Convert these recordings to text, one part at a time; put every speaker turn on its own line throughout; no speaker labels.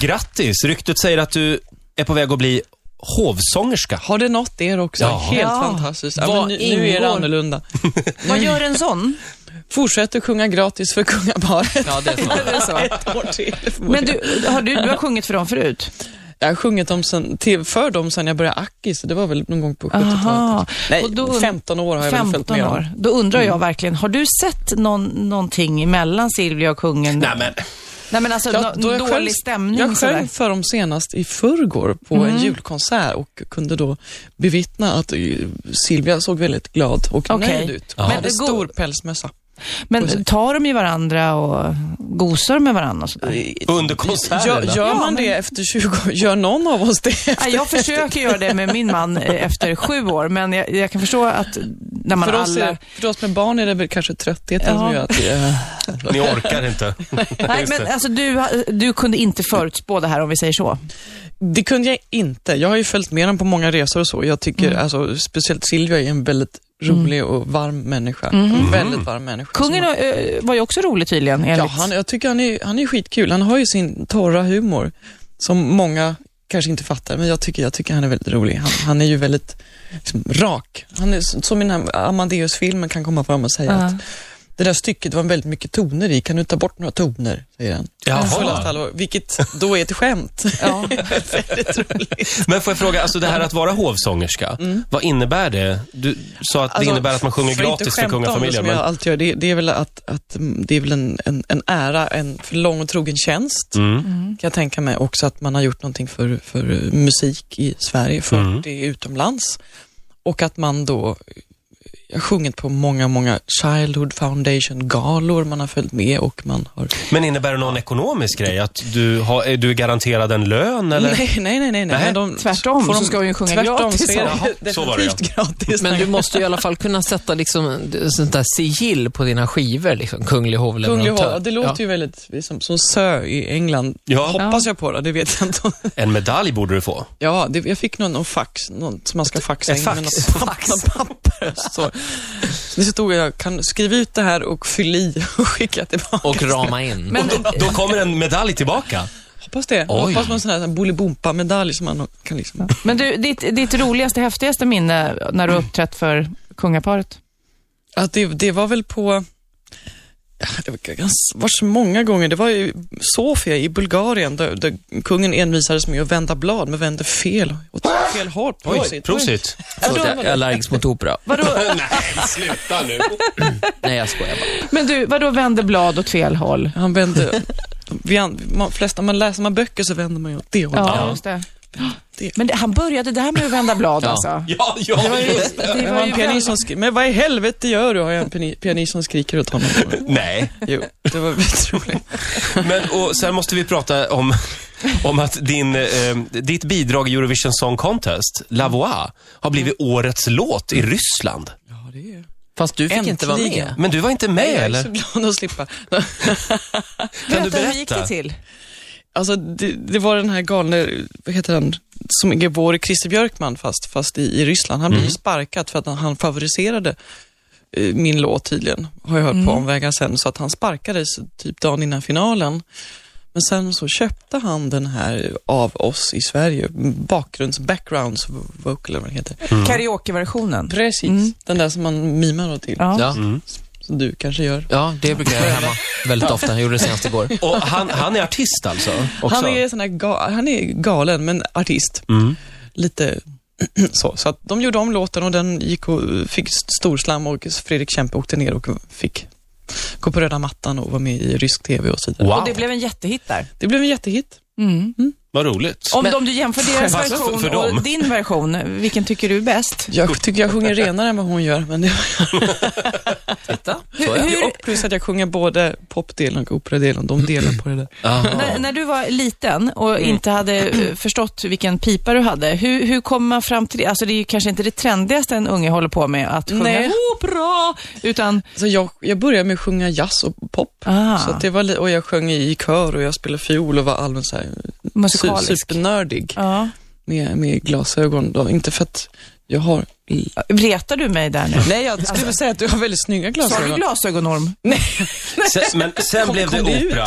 Grattis! Ryktet säger att du är på väg att bli hovsångerska.
Har det nått er också?
Ja.
Helt
Ja.
fantastiskt. Ja, men
Vad
nu, nu är
ingår?
det annorlunda.
Vad gör en sån?
Fortsätter sjunga gratis för kungaparet.
Ja, det är så.
Det är så.
Ett år till.
Men du har, du, du har sjungit för dem förut?
Jag har sjungit dem sen, till, för dem sen jag började Aki, så det var väl någon gång på 70-talet.
Aha.
Nej,
Och då-
15 år Mm. har jag väl följt
15
med dem.
år. Då undrar jag verkligen, har du sett någon, någonting mellan Silvia och kungen?
Nej men,
Nej, men alltså
Jag-
nå-
då jag
dålig
sjöng-
stämning
Jag
sådär.
sjöng för dem senast i förrgår på
Mm.
en julkonsert och kunde då bevittna att eh, Silvia såg väldigt glad och
Okej.
nöjd ut.
Ja.
Hon
Men
hade
det går-
stor pälsmössa.
Men tar de ju varandra och gosar med varandra och sådär?
under konserterna.
Gör, gör man det efter 20 år? Gör någon av oss det?
Nej, jag försöker göra det med min man eh, efter sju år, men jag, jag kan förstå att när man
För oss,
alla...
är, för oss med barn är det väl kanske tröttheten
Ja.
som gör att vi, eh,
Ni orkar inte.
Nej,
Just
men
det.
alltså du, du kunde inte förutspå det här om vi säger så.
Det kunde jag inte. Jag har ju följt med dem på många resor och så. Jag tycker, alltså, speciellt Silvia är en väldigt rolig och varm människa. En väldigt varm människa.
Kungen eh, var ju också rolig tydligen, enligt...
Ja, han, jag tycker han är, han är skitkul. Han har ju sin torra humor som många kanske inte fattar, men jag tycker, jag tycker han är väldigt rolig. Han, han är ju väldigt liksom, rak. Han är s- som i den här Amadeus-filmen kan komma fram och säga
Ja.
att det där stycket var väldigt mycket toner i, kan du ta bort några toner? Säger han. Full av
Jaha.
allvar, vilket då är ett skämt.
Ja.
väldigt roligt.
Men får jag fråga, alltså det här att vara hovsångerska,
Mm.
vad innebär det? Du sa att det
Alltså,
innebär att man sjunger
får inte
gratis för
skämta om det
kungafamiljen.
som
Men...
jag alltid gör. Det, det är väl, att, att, mm, det är väl en, en, en ära, en för lång och trogen tjänst.
Mm.
kan jag tänka mig också att man har gjort någonting för, för musik i Sverige, för
Mm.
det är utomlands. Och att man då jag har sjungit på många, många Childhood Foundation-galor man har följt med och man har...
men innebär det någon ekonomisk grej? Att du, har, är du garanterad en lön eller?
Nej, nej, nej, nej. nej.
Nej,
Men de,
tvärtom
får
så ska hon ju sjunga
tvärtom
gratis.
Så är det
Jaha,
definitivt
så var det, ja.
gratis.
Men du måste ju i alla fall kunna sätta liksom sånt där sigill på dina skivor, liksom kunglig
Kunglig
hovleverantör.
hov, det låter ju väldigt liksom, som Sir i England.
Ja.
Hoppas jag på det, det vet jag inte.
En medalj borde du få.
Ja, det, jag fick någon, någon fax, någon som man ska faxa
ett
in
fax?
med något papper, något papper. Så. Det stod jag, kan skriva ut det här och fyll i och skicka tillbaka.
Och rama in.
Men,
Då kommer en medalj tillbaka.
Hoppas det. Jag
Oj.
Hoppas på en sån här, sån här Bolibompa-medalj som man kan liksom...
men du, ditt, ditt roligaste, häftigaste minne när du uppträtt för kungaparet?
Att det, det var väl på... Det var, gans- var så många gånger. Det var i Sofia i Bulgarien där, där kungen envisades med att vända blad, men vände fel. Åt fel håll.
Oj, prosit.
Förlåt, jag jag är allergisk mot opera.
Vadå,
Nej, sluta nu.
Nej, jag skojar bara.
men du, vadå vände blad åt fel håll?
Han vände... Vi, an- man, flesta, man läser man böcker så vänder man ju åt det hållet.
Ja, just det. Men det, han började där med att vända blad
Ja.
alltså?
Ja, ja, just det.
Det
Jag har
var
en
ju
pianist
väldigt...
som skriker, men vad i helvete gör du? Har jag en piani- pianist som skriker åt honom.
Nej,
Jo, det var väldigt roligt.
men och sen måste vi prata om, om att din, eh, ditt bidrag i Eurovision Song Contest, La Voix, har blivit årets låt i Ryssland.
Ja, det är
Fast du fick
Äntligen.
inte vara med.
Men du var inte med,
jag är så
eller?
glad att slippa.
Kan du
Hur gick
berätta?
det till?
Alltså, det, det var den här galne, vad heter han, som är vår Christer Björkman fast, fast i, i Ryssland. Han blev ju sparkad för att han, han favoriserade eh, min låt tydligen, har jag hört på omvägar sen, så att han sparkades typ dagen innan finalen. Men sen så köpte han den här av oss i Sverige, bakgrunds, backgrounds vocal eller vad det heter.
Mm.
Karaokeversionen?
Precis, den där som man mimar då till.
Ja.
Ja,
Som du kanske gör.
ja, det brukar jag göra hemma väldigt ofta. Jag gjorde det senast igår.
Och han, han är artist alltså? Också.
Han är, sån här ga- han är galen, men artist.
Mm.
Lite så. Så att de gjorde om låten och den gick och fick storslam och Fredrik Kempe åkte ner och fick gå på röda mattan och vara med i rysk tv och så vidare.
Wow,
Och det blev en jättehit där.
Det blev en jättehit.
vad roligt.
Om, om du jämför deras
Fast Mm. Alltså, för-
version
för dem.
och din version, vilken tycker du är bäst?
Jag tycker jag sjunger renare än vad hon gör, men det
Titta, så
Hur,
är det.
hur,
och plus att jag sjunger både popdelen och operadelen. De delar på det där.
Jaha.
när, när du var liten och
Mm.
inte hade eh, förstått vilken pipa du hade, hur, hur kommer man fram till det? Alltså det är ju kanske inte det trendigaste en unge håller på med, att sjunga
Nej.
opera, utan...
Så jag, jag började med att sjunga jazz och pop.
Ah.
Så att det var li- och jag sjöng i kör och jag spelade fiol och var allmänt så här su-
Musikalisk.
supernördig.
Ja.
med, med glasögon. Då. Inte för att jag har i...
Retar du mig där nu?
Nej, jag skulle väl säga att du har väldigt snygga
Sa du
glasögon.
glasögonorm?
Sen, men sen
Kom-
blev det
kom det ut?
opera.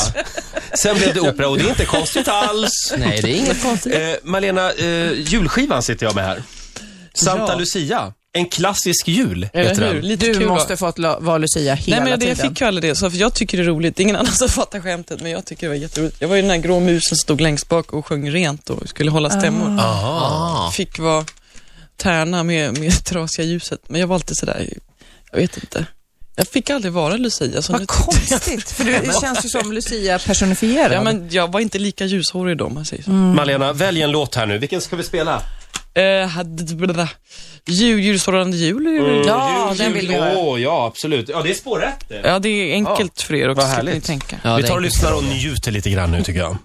Sen blev det opera och det är inte konstigt alls.
Nej, det är inget konstigt.
Eh, Malena, eh, julskivan sitter jag med här. Santa
Ja.
Lucia. En klassisk jul heter
Eller hur?
den.
Lite
Du
kul va?
måste fått la- vara Lucia hela
Nej, men det,
tiden.
jag fick ju aldrig det, så för jag tycker det är roligt. Det är ingen annan som fattar skämtet, men jag tycker det var jätteroligt. Jag var ju den här grå musen som stod längst bak och sjöng rent och skulle
Ah.
hålla stämmor.
Aha.
Ah.
Fick vara tärna med, med trasiga ljuset, men jag var alltid sådär, jag vet inte. Jag fick aldrig vara Lucia. Så nu
Vad
tyckte jag-
konstigt, för du det känns ju som Lucia personifierad.
Ja, men jag var inte lika ljushårig då, om man säger så.
Mm.
Malena, välj en låt här nu. Vilken ska vi spela?
Eh, hade- blablabla. Jul, Ljusförhållande Mm. jul är ju-
Mm. Ja, den vill vi
Åh,
höra.
ja, absolut. Ja, det är spår rätt det.
Ja, det är enkelt för er också,
vad
slipper ni
härligt.
tänka.
Ja,
vi
det
tar
är
och lyssnar och njuter lite grann nu tycker jag.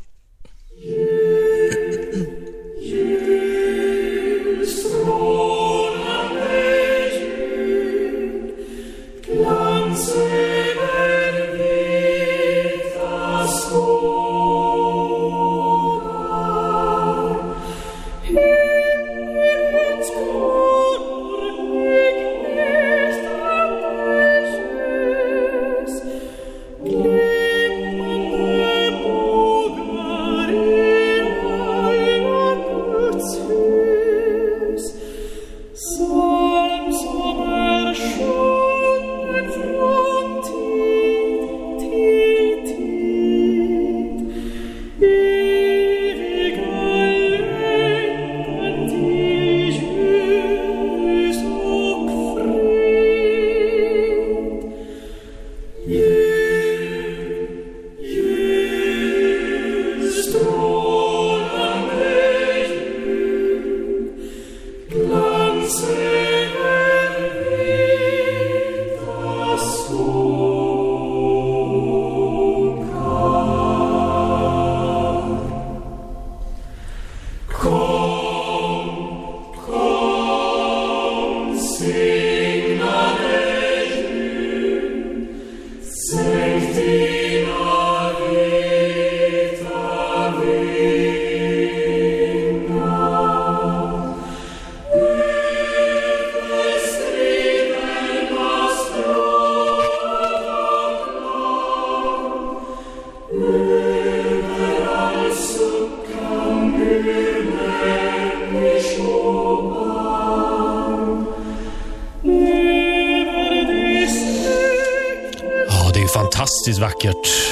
Ja, det är ju fantastiskt vackert.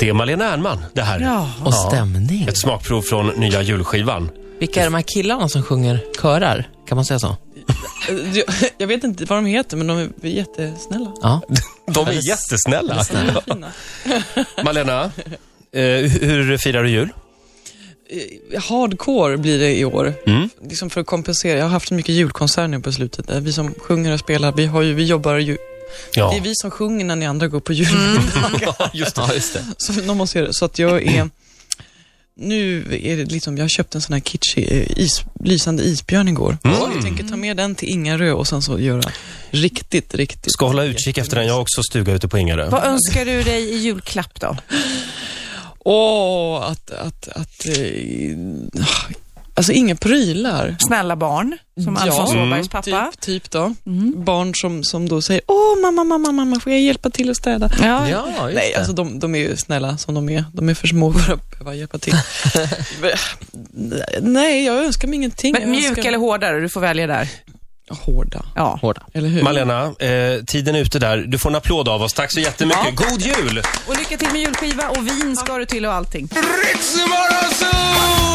Det är Malena Ernman det här.
Ja.
Och stämning.
Ett smakprov från nya julskivan.
Vilka är de här killarna som sjunger körar? Kan man säga så?
Eh, Jag, jag vet inte vad de heter, men de är jättesnälla.
Ja.
De är jättesnälla.
De är fina.
Malena, eh, hur firar du jul?
Eh, Hardcore blir det i år,
Mm.
liksom för att kompensera. Jag har haft mycket julkonsert nu på slutet. Eh, Vi som sjunger och spelar, vi, har ju, vi jobbar ju.
Ja, Mm.
Det är vi som sjunger när ni andra går på jul.
just det.
Så, någon måste göra det. så att jag är... Nu är det liksom, jag köpte en sån här kitschig eh, is, lysande isbjörn igår.
Mm.
Så jag tänker ta med den till Ingarö och sen så göra riktigt, riktigt.
Ska hålla utkik efter den. Jag har också stuga ute på Ingarö.
Vad önskar du dig i julklapp då?
Åh, att, att, att... Eh, alltså inga prylar.
Snälla barn, som
Ja.
Alfons
Mm.
Åbergs pappa. Mm.
Typ, typ då. Barn som, som då säger, åh mamma, mamma, mamma, får jag hjälpa till att städa?
Ja.
Ja, just
Nej,
det.
alltså de, de är ju snälla som de är. De är för små för att behöva hjälpa till. Nej, jag önskar mig ingenting.
Men
Jag
mjuk
önskar-
eller hårdare, du får välja där.
Hårda,
Ja.
Hårda.
eller hur?
Malena, eh, tiden är ute där. Du får en applåd av oss. Tack så jättemycket. God jul!
Och lycka till med julskiva och vin ska du till och allting.
Ritzemorgonzoo!